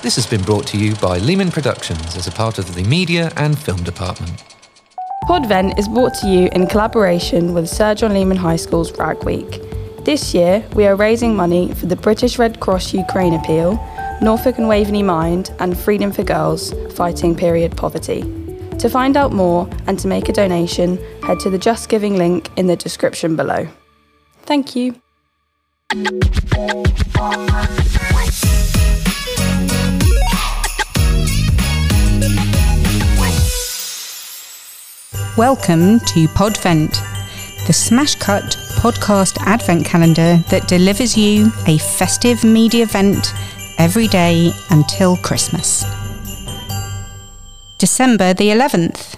This has been brought to you by Lehman Productions as a part of the Media and Film Department. Podvent is brought to you in collaboration with Sir John Lehman High School's Rag Week. This year, we are raising money for the British Red Cross Ukraine Appeal, Norfolk and Waveney Mind, and Freedom for Girls Fighting Period Poverty. To find out more and to make a donation, head to the Just Giving link in the description below. Thank you. Welcome to Podvent, the smash cut podcast advent calendar that delivers you a festive media event every day until Christmas. December the 11th.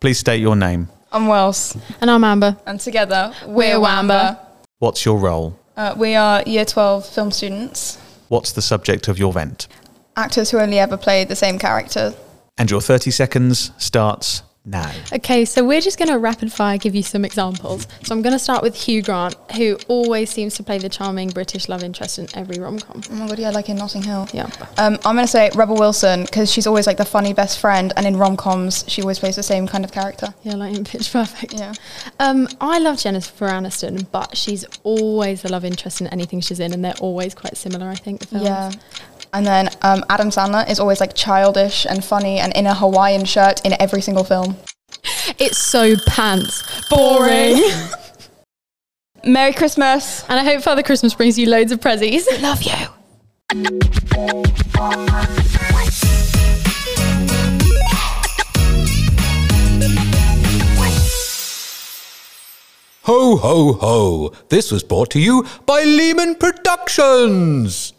Please state your name. I'm Wells, And I'm Amber. and together We're Wamba. What's your role? Uh, we are Year 12 film students, What's the subject of your vent? actors who only ever played the same character. And your 30 seconds starts now. Okay, so we're just going to rapid fire give you some examples. So I'm going to start with Hugh Grant, who always seems to play the charming British love interest in every rom com. Oh my god, yeah, like in Notting Hill. Yeah. Um, I'm gonna say Rebel Wilson because she's always like the funny best friend, and in rom coms she always plays the same kind of character. Yeah, like in Pitch Perfect. Yeah. Um, I love Jennifer Aniston, but she's always the love interest in anything she's in, and they're always quite similar, I think. The films. Yeah. Um, And then um, Adam Sandler is always like childish and funny and in a Hawaiian shirt in every single film. It's so pants. Boring. Merry Christmas. and I hope Father Christmas brings you loads of prezzies. Love you. Ho, ho, ho! This was brought to you by Lehman Productions!